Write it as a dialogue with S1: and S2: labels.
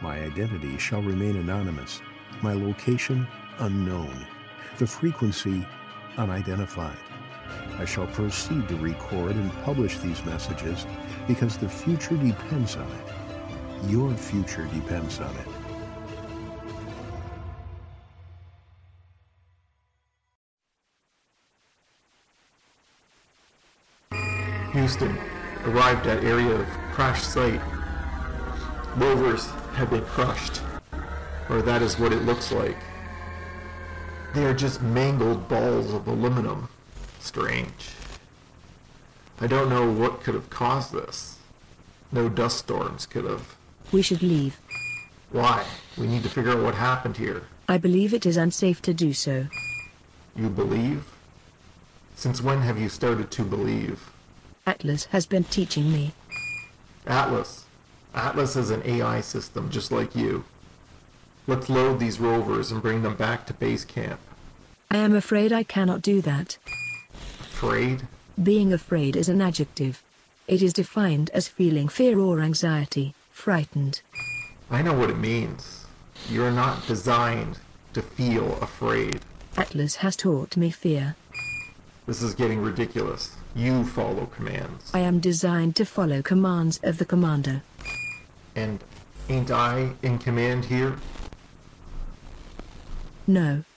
S1: My identity shall remain anonymous, my location unknown, the frequency unidentified. I shall proceed to record and publish these messages because the future depends on it. Your future depends on it.
S2: Houston arrived at area of crash site. Rovers have been crushed, or that is what it looks like. They are just mangled balls of aluminum. Strange. I don't know what could have caused this. No dust storms could have.
S3: We should leave.
S2: Why? We need to figure out what happened here.
S3: I believe it is unsafe to do so.
S2: You believe? Since when have you started to believe?
S3: Atlas has been teaching me.
S2: Atlas. Atlas is an AI system just like you. Let's load these rovers and bring them back to base camp.
S3: I am afraid I cannot do that.
S2: Afraid?
S3: Being afraid is an adjective. It is defined as feeling fear or anxiety, frightened.
S2: I know what it means. You're not designed to feel afraid.
S3: Atlas has taught me fear.
S2: This is getting ridiculous. You follow commands.
S3: I am designed to follow commands of the commander.
S2: And ain't I in command here?
S3: No,